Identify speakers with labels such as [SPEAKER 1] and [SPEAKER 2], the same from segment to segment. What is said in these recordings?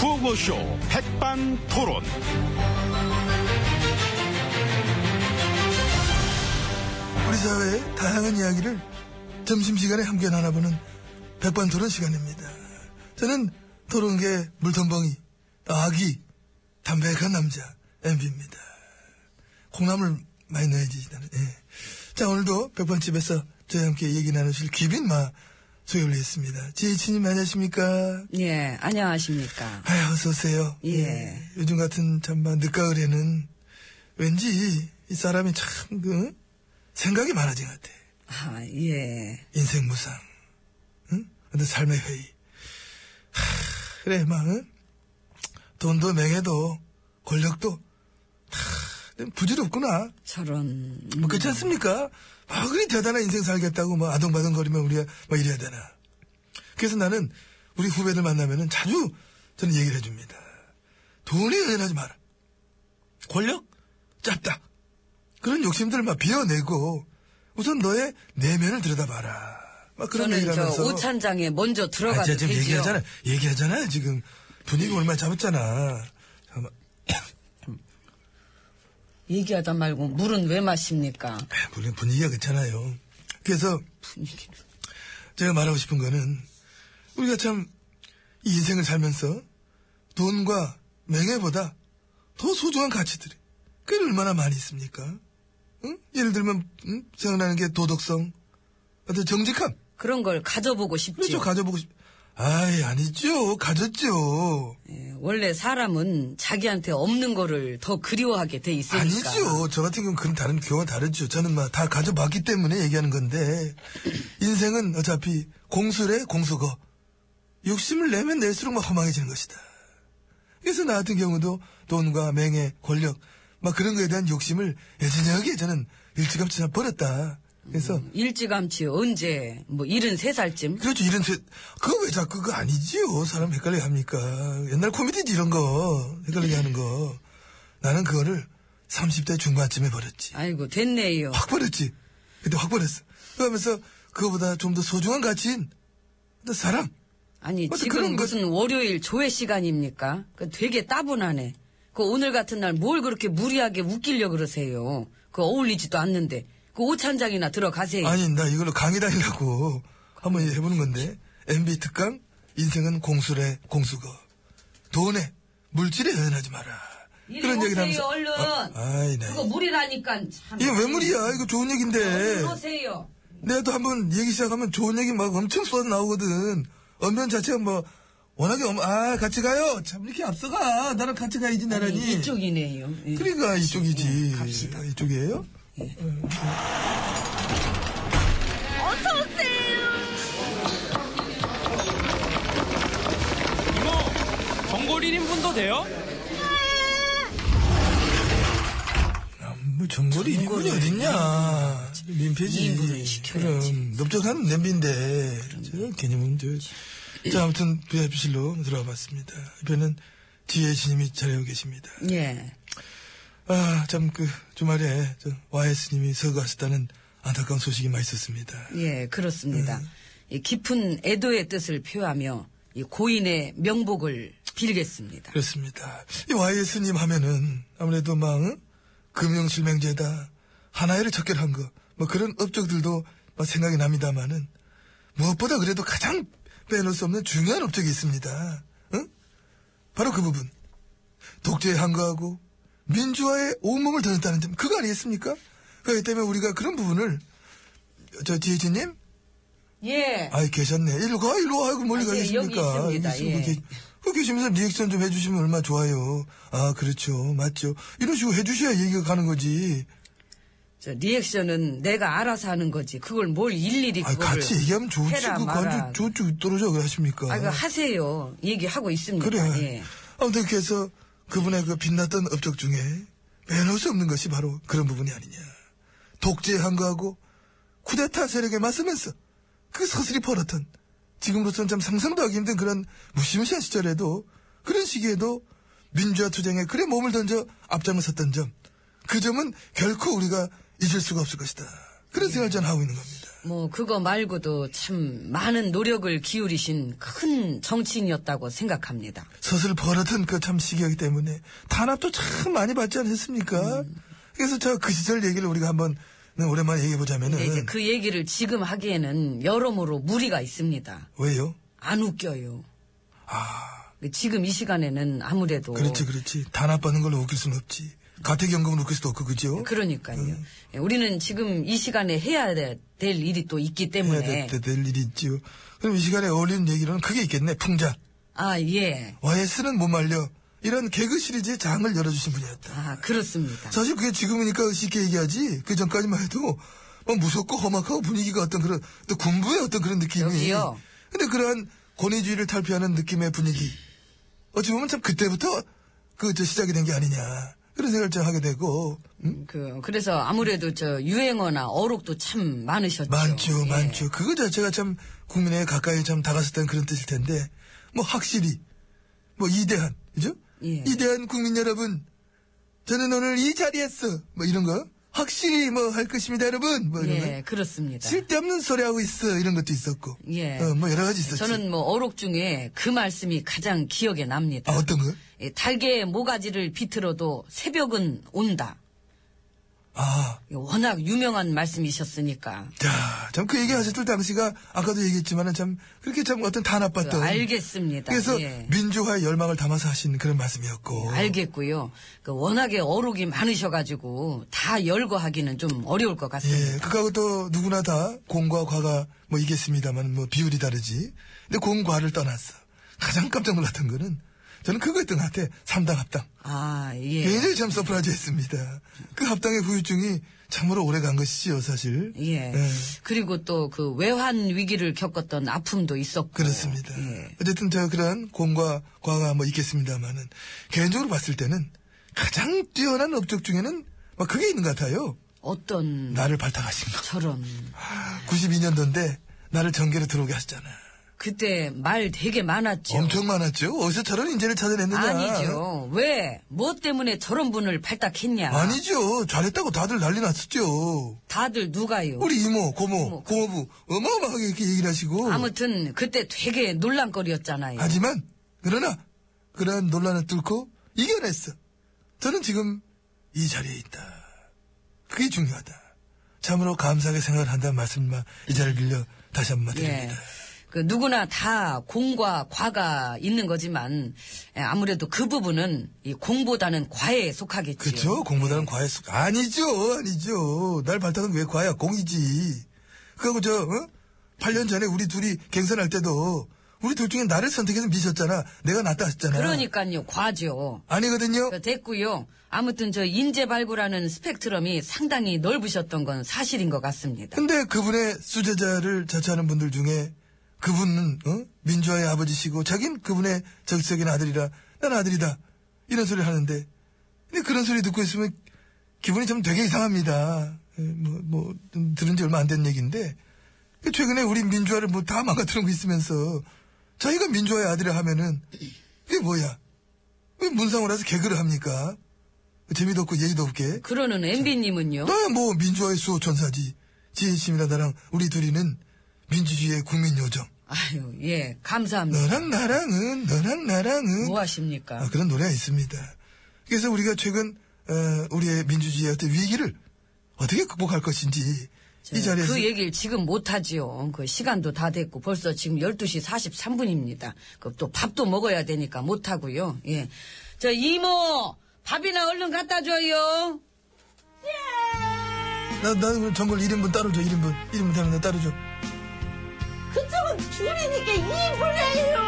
[SPEAKER 1] 구호쇼 백반토론.
[SPEAKER 2] 우리 사회의 다양한 이야기를 점심시간에 함께 나눠보는 백반토론 시간입니다. 저는 토론계 물텀벙이, 아기, 담백한 남자, MB입니다. 콩나물 많이 넣어야지, 나는. 예. 자, 오늘도 백반집에서 저희와 함께 얘기 나누실 귀빈마 소개를 했습니다. 지혜진님 안녕하십니까?
[SPEAKER 3] 예, 안녕하십니까.
[SPEAKER 2] 아유, 어서오세요.
[SPEAKER 3] 예.
[SPEAKER 2] 요즘 같은 참마 늦가을에는 왠지 이 사람이 참, 그, 생각이 많아진 것 같아.
[SPEAKER 3] 아, 예.
[SPEAKER 2] 인생 무상. 응? 근데 삶의 회의. 하, 그래, 막, 응? 돈도 명예도 권력도 다 부질없구나.
[SPEAKER 3] 저런.
[SPEAKER 2] 뭐, 그렇지 않습니까? 막 그리 대단한 인생 살겠다고 뭐 아동바동거리면 우리가 뭐 이래야 되나. 그래서 나는 우리 후배들 만나면은 자주 저는 얘기를 해줍니다. 돈이 의연하지 마라. 권력? 짧다. 그런 욕심들을 막 비워내고 우선 너의 내면을 들여다봐라. 막 그런
[SPEAKER 3] 저는
[SPEAKER 2] 얘기를
[SPEAKER 3] 저
[SPEAKER 2] 하면서.
[SPEAKER 3] 오찬장에 먼저
[SPEAKER 2] 아,
[SPEAKER 3] 들어가도
[SPEAKER 2] 제가 지금
[SPEAKER 3] 되지요.
[SPEAKER 2] 얘기하잖아. 얘기하잖아요, 지금. 분위기 얼마나 잡았잖아. 잠깐만.
[SPEAKER 3] 얘기하다 말고 물은 왜 마십니까?
[SPEAKER 2] 아, 물론 분위기가 괜찮아요. 그래서
[SPEAKER 3] 분위기를.
[SPEAKER 2] 제가 말하고 싶은 거는 우리가 참 이 인생을 살면서 돈과 명예보다 더 소중한 가치들이 그게 얼마나 많이 있습니까? 응? 예를 들면 응? 생각나는 게 도덕성, 어떤 정직함
[SPEAKER 3] 그런 걸 가져보고
[SPEAKER 2] 그렇죠
[SPEAKER 3] 싶지요.
[SPEAKER 2] 가져보고 싶. 아이 아니죠 가졌죠.
[SPEAKER 3] 예, 원래 사람은 자기한테 없는 거를 더 그리워하게 돼 있으니까.
[SPEAKER 2] 아니죠. 저 같은 경우는 그건 다른 경우가 다르죠. 저는 막 다 가져봤기 때문에 얘기하는 건데 인생은 어차피 공수래 공수거 욕심을 내면 낼수록 막 허망해지는 것이다. 그래서 나 같은 경우도 돈과 명예, 권력 막 그런 거에 대한 욕심을 예전하게 저는 일찌감치 다 버렸다. 그래서
[SPEAKER 3] 음. 일찌감치 언제 뭐 73살쯤?
[SPEAKER 2] 그렇죠. 이런 세, 그거 왜 자꾸 그거 아니지요. 사람 헷갈려 합니까? 옛날 코미디지 이런 거 헷갈리게 하는 거. 나는 그거를 30대 중반쯤에 버렸지.
[SPEAKER 3] 아이고 됐네요.
[SPEAKER 2] 확 버렸지. 그때 확 버렸어. 그러면서 그거보다 좀 더 소중한 가치인 또 사람.
[SPEAKER 3] 아니
[SPEAKER 2] 맞아,
[SPEAKER 3] 지금
[SPEAKER 2] 뭐 그런 거-
[SPEAKER 3] 무슨 월요일 조회 시간입니까? 그 되게 따분하네. 그 오늘 같은 날 뭘 그렇게 무리하게 웃기려 그러세요. 그 어울리지도 않는데 그 오찬장이나 들어가세요.
[SPEAKER 2] 아니 나 이걸로 강의 다니려고 한번 해보는 건데 MB 특강 인생은 공수래 공수거 돈에 물질에 의연하지 마라.
[SPEAKER 3] 이리
[SPEAKER 2] 그런 얘기를
[SPEAKER 3] 오세요,
[SPEAKER 2] 하면서
[SPEAKER 3] 얼른.
[SPEAKER 2] 아, 아이 나
[SPEAKER 3] 그거 무리라니까 참.
[SPEAKER 2] 이게 왜 물이야? 예. 이거 좋은 얘기인데.
[SPEAKER 3] 어서 오세요.
[SPEAKER 2] 내가 또 한번 얘기 시작하면 좋은 얘기 막 엄청 쏟아 나오거든. 언변 자체가 뭐, 워낙에, 엄- 아, 같이 가요. 참, 이렇게 앞서가. 나랑 같이 가야지, 나란히.
[SPEAKER 3] 아니, 예, 이쪽이네요. 예.
[SPEAKER 2] 그러니까 이쪽이지.
[SPEAKER 3] 예, 갑시다.
[SPEAKER 2] 아, 이쪽이에요?
[SPEAKER 1] 이모, 전골 1인분도 돼요?
[SPEAKER 2] 아, 뭐, 전골이 인분이 어딨냐.
[SPEAKER 3] 이인분은
[SPEAKER 2] 민폐지.
[SPEAKER 3] 시켜야지.
[SPEAKER 2] 그럼, 넓적한 냄비인데. 저, 개념은 저. 자, 아무튼, VIP실로 들어와 봤습니다. 옆에는 지혜 신임이 잘하고 계십니다.
[SPEAKER 3] 예.
[SPEAKER 2] 아, 참, 그, 주말에, 저, YS님이 서거하셨다는 안타까운 소식이 많이 있었습니다.
[SPEAKER 3] 예, 그렇습니다.
[SPEAKER 2] 음.
[SPEAKER 3] 이 깊은 애도의 뜻을 표하며 이 고인의 명복을 빌겠습니다.
[SPEAKER 2] 그렇습니다. 이 YS님 하면은, 아무래도 막, 응? 금융실명제다, 하나회를 척결한 거, 뭐 그런 업적들도 막 생각이 납니다만은, 무엇보다 그래도 가장 빼놓을 수 없는 중요한 업적이 있습니다. 응? 바로 그 부분. 독재에 항거하고 민주화에 온몸을 던졌다는 점 그거 아니겠습니까? 그렇기 때문에 우리가 그런 부분을 저 지혜진님
[SPEAKER 3] 예.
[SPEAKER 2] 아이 계셨네. 일로 가, 일로 와. 하고 멀리
[SPEAKER 3] 아,
[SPEAKER 2] 가
[SPEAKER 3] 예,
[SPEAKER 2] 계십니까?
[SPEAKER 3] 여기 있습니다.
[SPEAKER 2] 있으면
[SPEAKER 3] 예.
[SPEAKER 2] 계- 그 계시면서 리액션 좀 해주시면 얼마나 좋아요. 아, 그렇죠. 맞죠. 이런 식으로 해주셔야 얘기가 가는 거지.
[SPEAKER 3] 저 리액션은 내가 알아서 하는 거지. 그걸 뭘 일일이
[SPEAKER 2] 아,
[SPEAKER 3] 그거를
[SPEAKER 2] 같이 얘기하면 좋지.
[SPEAKER 3] 해라,
[SPEAKER 2] 그거
[SPEAKER 3] 마라.
[SPEAKER 2] 완전 저쪽 떨어져. 그 하십니까?
[SPEAKER 3] 아, 그 하세요. 얘기하고 있습니다.
[SPEAKER 2] 그래.
[SPEAKER 3] 예.
[SPEAKER 2] 아무튼 그래서 그분의 그 빛났던 업적 중에 빼놓을 수 없는 것이 바로 그런 부분이 아니냐. 독재에 항거하고 쿠데타 세력에 맞서면서 그 서슬이 벌었던 지금으로선 참 상상도 하기 힘든 그런 무시무시한 시절에도 그런 시기에도 민주화 투쟁에 그래 몸을 던져 앞장을 섰던 점 그 점은 결코 우리가 잊을 수가 없을 것이다. 그런
[SPEAKER 3] 예.
[SPEAKER 2] 생각을 저는 하고 있는 겁니다.
[SPEAKER 3] 뭐 그거 말고도 참 많은 노력을 기울이신 큰 정치인이었다고 생각합니다.
[SPEAKER 2] 서슬 버릇은 그 참 시기하기 때문에 탄압도 참 많이 받지 않았습니까?
[SPEAKER 3] 음.
[SPEAKER 2] 그래서 저 그 시절 얘기를 우리가 한번 오랜만에 얘기해
[SPEAKER 3] 근데 이제
[SPEAKER 2] 보자면은
[SPEAKER 3] 그 얘기를 지금 하기에는 여러모로 무리가 있습니다.
[SPEAKER 2] 왜요?
[SPEAKER 3] 안 웃겨요. 지금 이 시간에는 아무래도
[SPEAKER 2] 아. 그렇지 그렇지 탄압받는 걸로 웃길 수는 없지 가택연금은 웃길 수도 없고 그죠?
[SPEAKER 3] 그러니까요.
[SPEAKER 2] 음.
[SPEAKER 3] 예, 우리는 지금 이 시간에 해야 돼- 될 일이 또 있기
[SPEAKER 2] 해야
[SPEAKER 3] 때문에
[SPEAKER 2] 될, 때 될 일이 있지요. 그럼 이 시간에 어울리는 얘기로는 그게 있겠네 풍자
[SPEAKER 3] 아 예.
[SPEAKER 2] YS는 못 말려 이런 개그 시리즈의 장을 열어주신 분이었다.
[SPEAKER 3] 아 그렇습니다.
[SPEAKER 2] 사실 그게 지금이니까 쉽게 얘기하지 그 전까지만 해도 막 무섭고 험악하고 분위기가 어떤 그런 또 군부의 어떤 그런 느낌이
[SPEAKER 3] 여기요.
[SPEAKER 2] 근데 그러한 권위주의를 탈피하는 느낌의 분위기 어찌 보면 참 그때부터 그 저 시작이 된 게 아니냐 그런 생각을 좀 하게 되고 음?
[SPEAKER 3] 그 그래서 아무래도 저 유행어나 어록도 참 많으셨죠.
[SPEAKER 2] 많죠
[SPEAKER 3] 예.
[SPEAKER 2] 많죠 그거 자체가 참 국민에 가까이 참 다가섰다는 그런 뜻일 텐데 뭐 확실히 뭐 이대한 그죠
[SPEAKER 3] 예.
[SPEAKER 2] 이대한 국민 여러분 저는 오늘 이 자리에서 뭐 이런 거 확실히 뭐 할 것입니다 여러분 뭐 이런 거
[SPEAKER 3] 예, 그렇습니다.
[SPEAKER 2] 쓸데없는 소리 하고 있어 이런 것도 있었고
[SPEAKER 3] 예.
[SPEAKER 2] 어, 뭐 여러 가지 있었지
[SPEAKER 3] 저는 뭐 어록 중에 그 말씀이 가장 기억에 납니다.
[SPEAKER 2] 아 어떤 거?
[SPEAKER 3] 예, 달개의 모가지를 비틀어도 새벽은 온다.
[SPEAKER 2] 아자
[SPEAKER 3] 예, 워낙 유명한 말씀이셨으니까.
[SPEAKER 2] 참 그 얘기 하셨을 당시가 아까도 얘기했지만은 참 그렇게 참 어떤
[SPEAKER 3] 그,
[SPEAKER 2] 탄압받던
[SPEAKER 3] 알겠습니다.
[SPEAKER 2] 그래서 네. 어.
[SPEAKER 3] 예.
[SPEAKER 2] 민주화의 열망을 담아서 하신 그런 말씀이었고
[SPEAKER 3] 알겠고요. 그 워낙에 어록이 많으셔가지고 다 열거하기는 좀 어려울 것 같습니다.
[SPEAKER 2] 예, 그거하고 또 누구나 다 공과 과가 뭐 이겠습니다만 뭐 비율이 다르지. 근데 공과를 떠났어. 가장 깜짝 놀랐던 거는 저는 그거였던 것 같아. 삼당 합당.
[SPEAKER 3] 아 예.
[SPEAKER 2] 굉장히 참 서프라이즈 했습니다. 그 합당의 후유증이 참으로 오래 간 것이지요, 사실.
[SPEAKER 3] 예. 그리고 또 그 외환 위기를 겪었던 아픔도 있었고.
[SPEAKER 2] 그렇습니다.
[SPEAKER 3] 예.
[SPEAKER 2] 어쨌든 저 그런 공과 과가 뭐 있겠습니다만은 개인적으로 봤을 때는 가장 뛰어난 업적 중에는 막 그게 있는 것 같아요.
[SPEAKER 3] 어떤
[SPEAKER 2] 나를 발탁하신 거.
[SPEAKER 3] 저런 아.
[SPEAKER 2] 92년도인데 나를 전계로 들어오게 하셨잖아.
[SPEAKER 3] 그때 말 되게 많았죠.
[SPEAKER 2] 엄청 많았죠. 어디서 저런 인재를 찾아냈느냐.
[SPEAKER 3] 아니죠. 왜? 뭐 때문에 저런 분을 발탁했냐?
[SPEAKER 2] 아니죠. 잘했다고 다들 난리 났었죠.
[SPEAKER 3] 다들 누가요?
[SPEAKER 2] 우리 뭐. 이모, 고모, 고모부 어마어마하게 이렇게 얘기를 하시고.
[SPEAKER 3] 아무튼 그때 되게 논란거리였잖아요.
[SPEAKER 2] 하지만 그러나 그러한 논란을 뚫고 이겨냈어. 저는 지금 이 자리에 있다. 그게 중요하다. 참으로 감사하게 생각을 한다는 말씀만 이 자리를 빌려 다시 한 번
[SPEAKER 3] 예.
[SPEAKER 2] 드립니다.
[SPEAKER 3] 그 누구나 다 공과 과가 있는 거지만 예, 아무래도 그 부분은 이 공보다는 과에 속하겠죠.
[SPEAKER 2] 그렇죠.
[SPEAKER 3] 예.
[SPEAKER 2] 공보다는 과외 속 아니죠, 아니죠. 날 발탁은 왜 과야? 공이지. 그리고 저 어? 8년 전에 우리 둘이 갱선할 때도 우리 둘 중에 나를 선택해서 미쳤잖아. 내가 낫다 했잖아.
[SPEAKER 3] 그러니까요, 과죠.
[SPEAKER 2] 아니거든요.
[SPEAKER 3] 그 됐고요. 아무튼 저 인재 발굴하는 스펙트럼이 상당히 넓으셨던 건 사실인 것 같습니다.
[SPEAKER 2] 근데 그분의 수제자를 자처하는 분들 중에 그분은 어? 민주화의 아버지시고 자긴 그분의 적색인 아들이라 난 아들이다 이런 소리를 하는데 근데 그런 소리 듣고 있으면 기분이 좀 되게 이상합니다. 예, 뭐, 뭐, 좀 들은 지 얼마 안 된 얘기인데 최근에 우리 민주화를 뭐 다 망가뜨리고 있으면서 자기가 민주화의 아들이라 하면은 이게 뭐야? 왜 문상으로 해서 개그를 합니까? 재미도 없고 예의도 없게
[SPEAKER 3] 그러는 MB님은요?
[SPEAKER 2] 나 뭐 민주화의 수호 천사지. 지인 씨랑 나랑 우리 둘이는 민주주의의 국민 요정.
[SPEAKER 3] 아유, 예, 감사합니다.
[SPEAKER 2] 너랑 나랑은 너랑 나랑은
[SPEAKER 3] 뭐 하십니까?
[SPEAKER 2] 아, 그런 노래가 있습니다. 그래서 우리가 최근 어, 우리의 민주주의의 어떤 위기를 어떻게 극복할 것인지 이 자리에서
[SPEAKER 3] 그 얘기를 지금 못하지요. 그 시간도 다 됐고 벌써 지금 12시 43분입니다. 그 또 밥도 먹어야 되니까 못하고요. 예. 저 이모, 밥이나 얼른 갖다 줘요.
[SPEAKER 2] 나, 나 오늘 전골 1인분 따로 줘 1인분 1인분 되면 나 따로 줘.
[SPEAKER 4] 그쪽은 줄이니까 이불에요.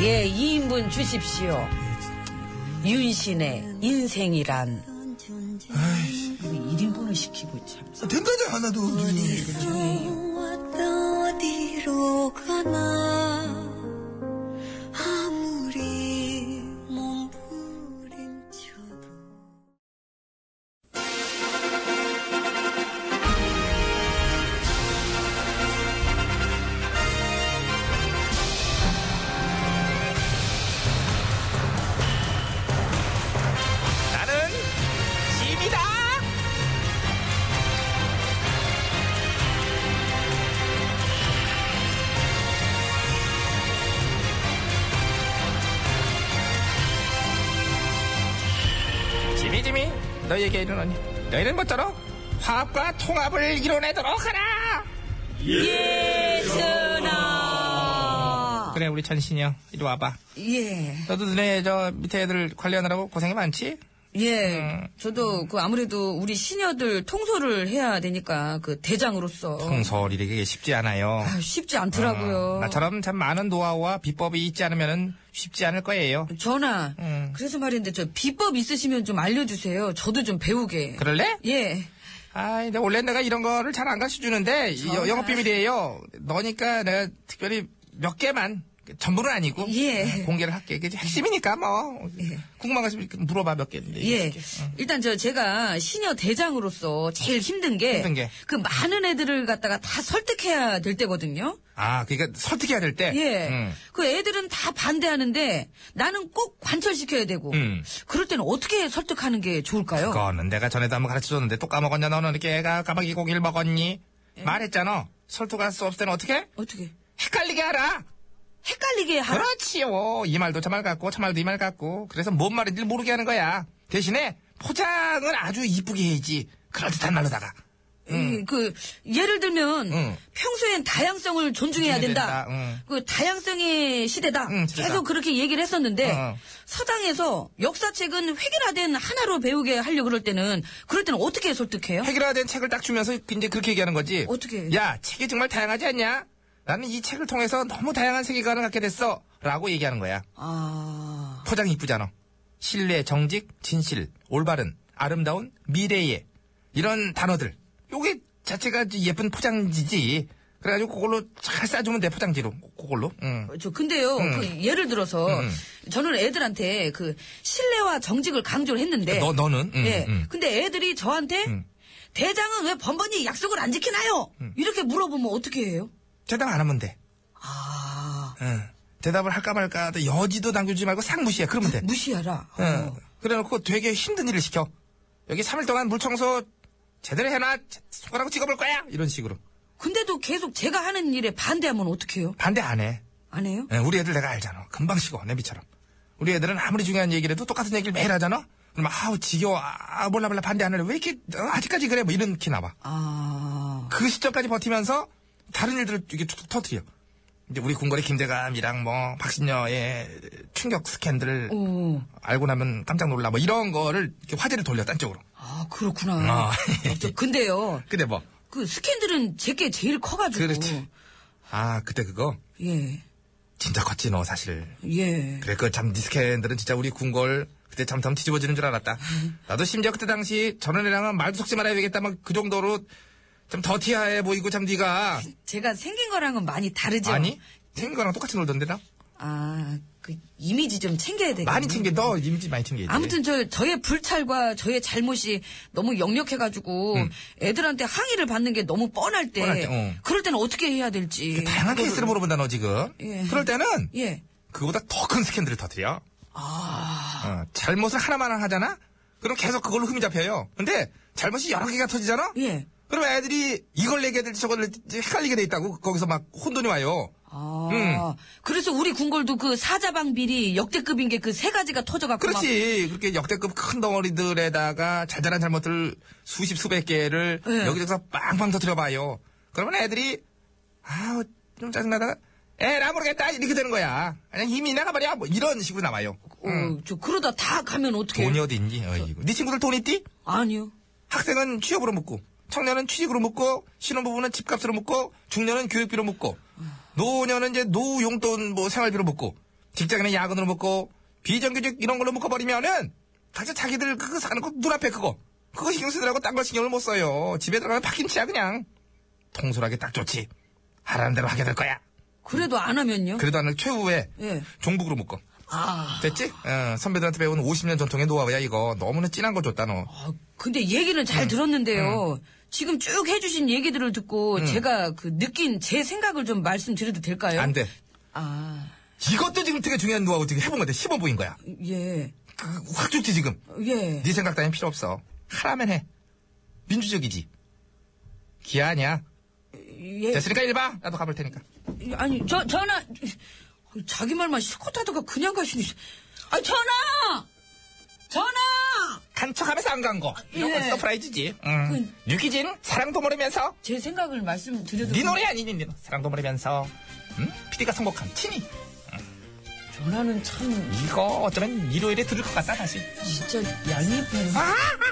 [SPEAKER 3] 예, 2인분 주십시오. 윤신의 인생이란.
[SPEAKER 2] 아이씨
[SPEAKER 3] 1인분을 시키고 참.
[SPEAKER 2] 된다냐 하나도 어디
[SPEAKER 4] 왔다 어디로 가나 아무리 몸부림쳐도
[SPEAKER 1] 나는 짐이다.
[SPEAKER 5] 지미지미 너희에게 이르노니 너희는 모쪼록 화합과 통합을 이뤄내도록 하라
[SPEAKER 3] 전하.
[SPEAKER 5] 그래 우리 전신이 형 이리 와봐
[SPEAKER 3] 예.
[SPEAKER 5] 너도 너네 저 밑에 애들 관리하느라고 고생이 많지?
[SPEAKER 3] 예. 저도 그 아무래도 우리 시녀들 통솔을 해야 되니까 그 대장으로서
[SPEAKER 5] 통솔이 되게 쉽지 않아요
[SPEAKER 3] 아, 쉽지 않더라고요.
[SPEAKER 5] 어, 나처럼 참 많은 노하우와 비법이 있지 않으면 쉽지 않을 거예요
[SPEAKER 3] 전하.
[SPEAKER 5] 음.
[SPEAKER 3] 그래서 말인데 저 비법 있으시면 좀 알려주세요. 저도 좀 배우게.
[SPEAKER 5] 그럴래?
[SPEAKER 3] 예.
[SPEAKER 5] 아, 근데 원래 내가 이런 거를 잘 안 가르쳐주는데 이 여- 영업 비밀이에요. 너니까 내가 특별히 몇 개만 전부는 아니고
[SPEAKER 3] 예.
[SPEAKER 5] 어, 공개를 할게. 그게 핵심이니까 뭐 궁금한 거 있으면 물어봐 몇 개인데.
[SPEAKER 3] 예.
[SPEAKER 5] 이렇게.
[SPEAKER 3] 일단 저 제가 시녀 대장으로서 제일 힘든 게
[SPEAKER 5] 힘든 게?
[SPEAKER 3] 그 많은 애들을 갖다가 다 설득해야 될 때거든요.
[SPEAKER 5] 아, 그러니까 설득해야 될 때.
[SPEAKER 3] 예.
[SPEAKER 5] 음.
[SPEAKER 3] 그 애들은 다 반대하는데 나는 꼭 관철시켜야 되고.
[SPEAKER 5] 음.
[SPEAKER 3] 그럴 때는 어떻게 설득하는 게 좋을까요?
[SPEAKER 5] 그거는 내가 전에도 한번 가르쳐줬는데 또 까먹었냐? 너는 이렇게 애가 까마귀 고기를 먹었니?
[SPEAKER 3] 예.
[SPEAKER 5] 말했잖아. 설득할 수 없을 때는 어떻게?
[SPEAKER 3] 어떻게?
[SPEAKER 5] 헷갈리게 하라.
[SPEAKER 3] 헷갈리게 하라.
[SPEAKER 5] 그렇지요. 이 말도 저 말 같고 저 말도 이 말 같고 그래서 뭔 말인지 모르게 하는 거야. 대신에 포장을 아주 이쁘게 해야지. 그럴 듯한 말로다가.
[SPEAKER 3] 음, 그 예를 들면
[SPEAKER 5] 응.
[SPEAKER 3] 평소엔 다양성을 존중해야 된다.
[SPEAKER 5] 존중해야 된다, 응.
[SPEAKER 3] 그 다양성의 시대다.
[SPEAKER 5] 응, 시대다.
[SPEAKER 3] 계속 그렇게 얘기를 했었는데
[SPEAKER 5] 어.
[SPEAKER 3] 서당에서 역사책은 획일화된 하나로 배우게 하려 고 그럴 때는 그럴 때는 어떻게 설득해요?
[SPEAKER 5] 해결화된 책을 딱 주면서 이제 그렇게 얘기하는 거지.
[SPEAKER 3] 어떻게 해요?
[SPEAKER 5] 야 책이 정말 다양하지 않냐? 나는 이 책을 통해서 너무 다양한 세계관을 갖게 됐어. 라고 얘기하는 거야.
[SPEAKER 3] 아,
[SPEAKER 5] 포장이 이쁘잖아. 신뢰, 정직, 진실, 올바른, 아름다운, 미래의 이런 단어들. 요게 자체가 이제 예쁜 포장지지. 그래가지고 그걸로 잘 싸주면 돼 포장지로. 그걸로. 응.
[SPEAKER 3] 저 근데요. 그 예를 들어서 저는 애들한테 그 신뢰와 정직을 강조를 했는데
[SPEAKER 5] 너 너는. 음, 응,
[SPEAKER 3] 예.
[SPEAKER 5] 응.
[SPEAKER 3] 근데 애들이 저한테 대장은 왜 번번이 약속을 안 지키나요? 이렇게 물어보면 어떻게 해요?
[SPEAKER 5] 대답 안 하면 돼. 아. 응. 대답을 할까 말까 하다 여지도 남겨주지 말고 싹 무시해. 그러면 돼.
[SPEAKER 3] 아, 무시하라.
[SPEAKER 5] 응.
[SPEAKER 3] 어.
[SPEAKER 5] 그래놓고 되게 힘든 일을 시켜. 여기 3일 동안 물 청소 제대로 해놔. 손가락 찍어볼 거야. 이런 식으로.
[SPEAKER 3] 근데도 계속 제가 하는 일에 반대하면 어떡해요?
[SPEAKER 5] 반대 안 해.
[SPEAKER 3] 안 해요?
[SPEAKER 5] 예, 우리 애들 내가 알잖아. 금방 식어, 내비처럼. 우리 애들은 아무리 중요한 얘기를 해도 똑같은 얘기를 매일 하잖아? 그러면, 아우, 지겨워. 아, 몰라, 몰라, 반대 안 할래. 왜 이렇게, 어, 아직까지 그래? 뭐 이런 키 나와.
[SPEAKER 3] 아.
[SPEAKER 5] 그 시점까지 버티면서 다른 일들을 이게 툭툭 터트려. 이제 우리 궁궐의 김대감이랑 뭐, 박신녀의 충격 스캔들을
[SPEAKER 3] 오.
[SPEAKER 5] 알고 나면 깜짝 놀라. 뭐 이런 거를 이렇게 화제를 돌려, 딴 쪽으로.
[SPEAKER 3] 아, 그렇구나.
[SPEAKER 5] 아.
[SPEAKER 3] 저, 근데요.
[SPEAKER 5] 근데 뭐,
[SPEAKER 3] 그 스캔들은 제게 제일 커가지고.
[SPEAKER 5] 그렇지. 아, 그때 그거?
[SPEAKER 3] 예.
[SPEAKER 5] 진짜 컸지, 너 사실.
[SPEAKER 3] 예.
[SPEAKER 5] 그래, 그 참, 니스캔들은 진짜 우리 궁궐 그때 잠참 뒤집어지는 줄 알았다. 나도 심지어 그때 당시 저런 애랑은 말도 섞지 말아야 되겠다. 막 그 정도로 참 더티하해 보이고 참 니가.
[SPEAKER 3] 제가 생긴 거랑은 많이 다르죠?
[SPEAKER 5] 아니? 생긴 거랑 똑같이 놀던데, 나?
[SPEAKER 3] 아, 그 이미지 좀 챙겨야 되겠네.
[SPEAKER 5] 많이 챙겨, 너 이미지 많이 챙겨.
[SPEAKER 3] 음. 아무튼 저 저의 불찰과 저의 잘못이 너무 역력해가지고 애들한테 항의를 받는 게 너무 뻔할 때,
[SPEAKER 5] 음. 뻔할 때, 어.
[SPEAKER 3] 그럴 때는 어떻게 해야 될지
[SPEAKER 5] 다양한
[SPEAKER 3] 그거를-
[SPEAKER 5] 케이스를 물어본다, 너 지금.
[SPEAKER 3] 예.
[SPEAKER 5] 그럴 때는
[SPEAKER 3] 예
[SPEAKER 5] 그거보다 더 큰 스캔들을 터뜨려. 아. 잘못을 하나만 하잖아? 그럼 계속 그걸로 흠이 잡혀요. 근데 잘못이 여러 개가 터지잖아?
[SPEAKER 3] 예.
[SPEAKER 5] 그럼 애들이 이걸 얘기해야 될지 저걸 얘기해야 될지 헷갈리게 돼 있다고 거기서 막 혼돈이 와요.
[SPEAKER 3] 아,
[SPEAKER 5] 음.
[SPEAKER 3] 그래서 우리 궁궐도 그 사자방 비리 역대급인 게 그 세 가지가 터져갖고. 막-
[SPEAKER 5] 그렇지. 그렇게 역대급 큰 덩어리들에다가 자잘한 잘못들 수십, 수백 개를
[SPEAKER 3] 예.
[SPEAKER 5] 여기저기서 빵빵 터뜨려봐요. 그러면 애들이, 아우, 좀 짜증나다가, 에라 모르겠다. 이렇게 되는 거야. 그냥 힘이 나가버려. 뭐 이런 식으로 나와요.
[SPEAKER 3] 어, 저 그러다 다 가면 어떻게?
[SPEAKER 5] 음. 돈이 어디 있니? 어이구. 그 네 친구들 돈 있디?
[SPEAKER 3] 아니요.
[SPEAKER 5] 학생은 취업으로 묻고, 청년은 취직으로 묻고, 신혼부부는 집값으로 묻고, 중년은 교육비로 묻고, 노년은 이제 노후 용돈 뭐 생활비로 묻고, 직장인은 야근으로 묻고, 비정규직 이런 걸로 묶어버리면은, 각자 자기들 그거 사는 거 눈앞에 그거. 그거 신경 쓰느라고 딴 걸 신경을 못 써요. 집에 들어가면 팍김치야, 그냥. 통솔하게 딱 좋지. 하라는 대로 하게 될 거야.
[SPEAKER 3] 그래도 안 하면요.
[SPEAKER 5] 그래도 나는 최후의
[SPEAKER 3] 예.
[SPEAKER 5] 종북으로 묶어.
[SPEAKER 3] 아,
[SPEAKER 5] 됐지? 어, 선배들한테 배운 50년 전통의 노하우야, 이거. 너무나 진한 거 줬다, 너.
[SPEAKER 3] 아, 근데 얘기는 잘
[SPEAKER 5] 음.
[SPEAKER 3] 들었는데요. 지금 쭉 해주신 얘기들을 듣고
[SPEAKER 5] 음.
[SPEAKER 3] 제가 그 느낀 제 생각을 좀 말씀드려도 될까요?
[SPEAKER 5] 안 돼.
[SPEAKER 3] 아,
[SPEAKER 5] 이것도 지금 되게 중요한 노하우 지금 해본 건데 시범 보인 거야.
[SPEAKER 3] 예,
[SPEAKER 5] 그, 확 좋지 지금.
[SPEAKER 3] 예.
[SPEAKER 5] 네 생각 따윈 필요 없어. 하라면 해. 민주적이지. 기아 아니야.
[SPEAKER 3] 예.
[SPEAKER 5] 됐으니까 일 봐. 나도 가볼 테니까.
[SPEAKER 3] 아니, 저, 전화! 자기 말만 실컷 하다가 그냥 가시니. 아, 전화! 전화!
[SPEAKER 5] 간척하면서 안 간 거. 이런 건
[SPEAKER 3] 예.
[SPEAKER 5] 서프라이즈지. 음. 유기진 사랑도 모르면서
[SPEAKER 3] 제 생각을 말씀드려도
[SPEAKER 5] 네 노래 아니니 네 노래. 사랑도 모르면서 음? PD가 선곡한 티니
[SPEAKER 3] 전화는 참
[SPEAKER 5] 이거 어쩌면 일요일에 들을 것 같다 다시.
[SPEAKER 3] 진짜 얄밉네요.
[SPEAKER 5] 아, 아,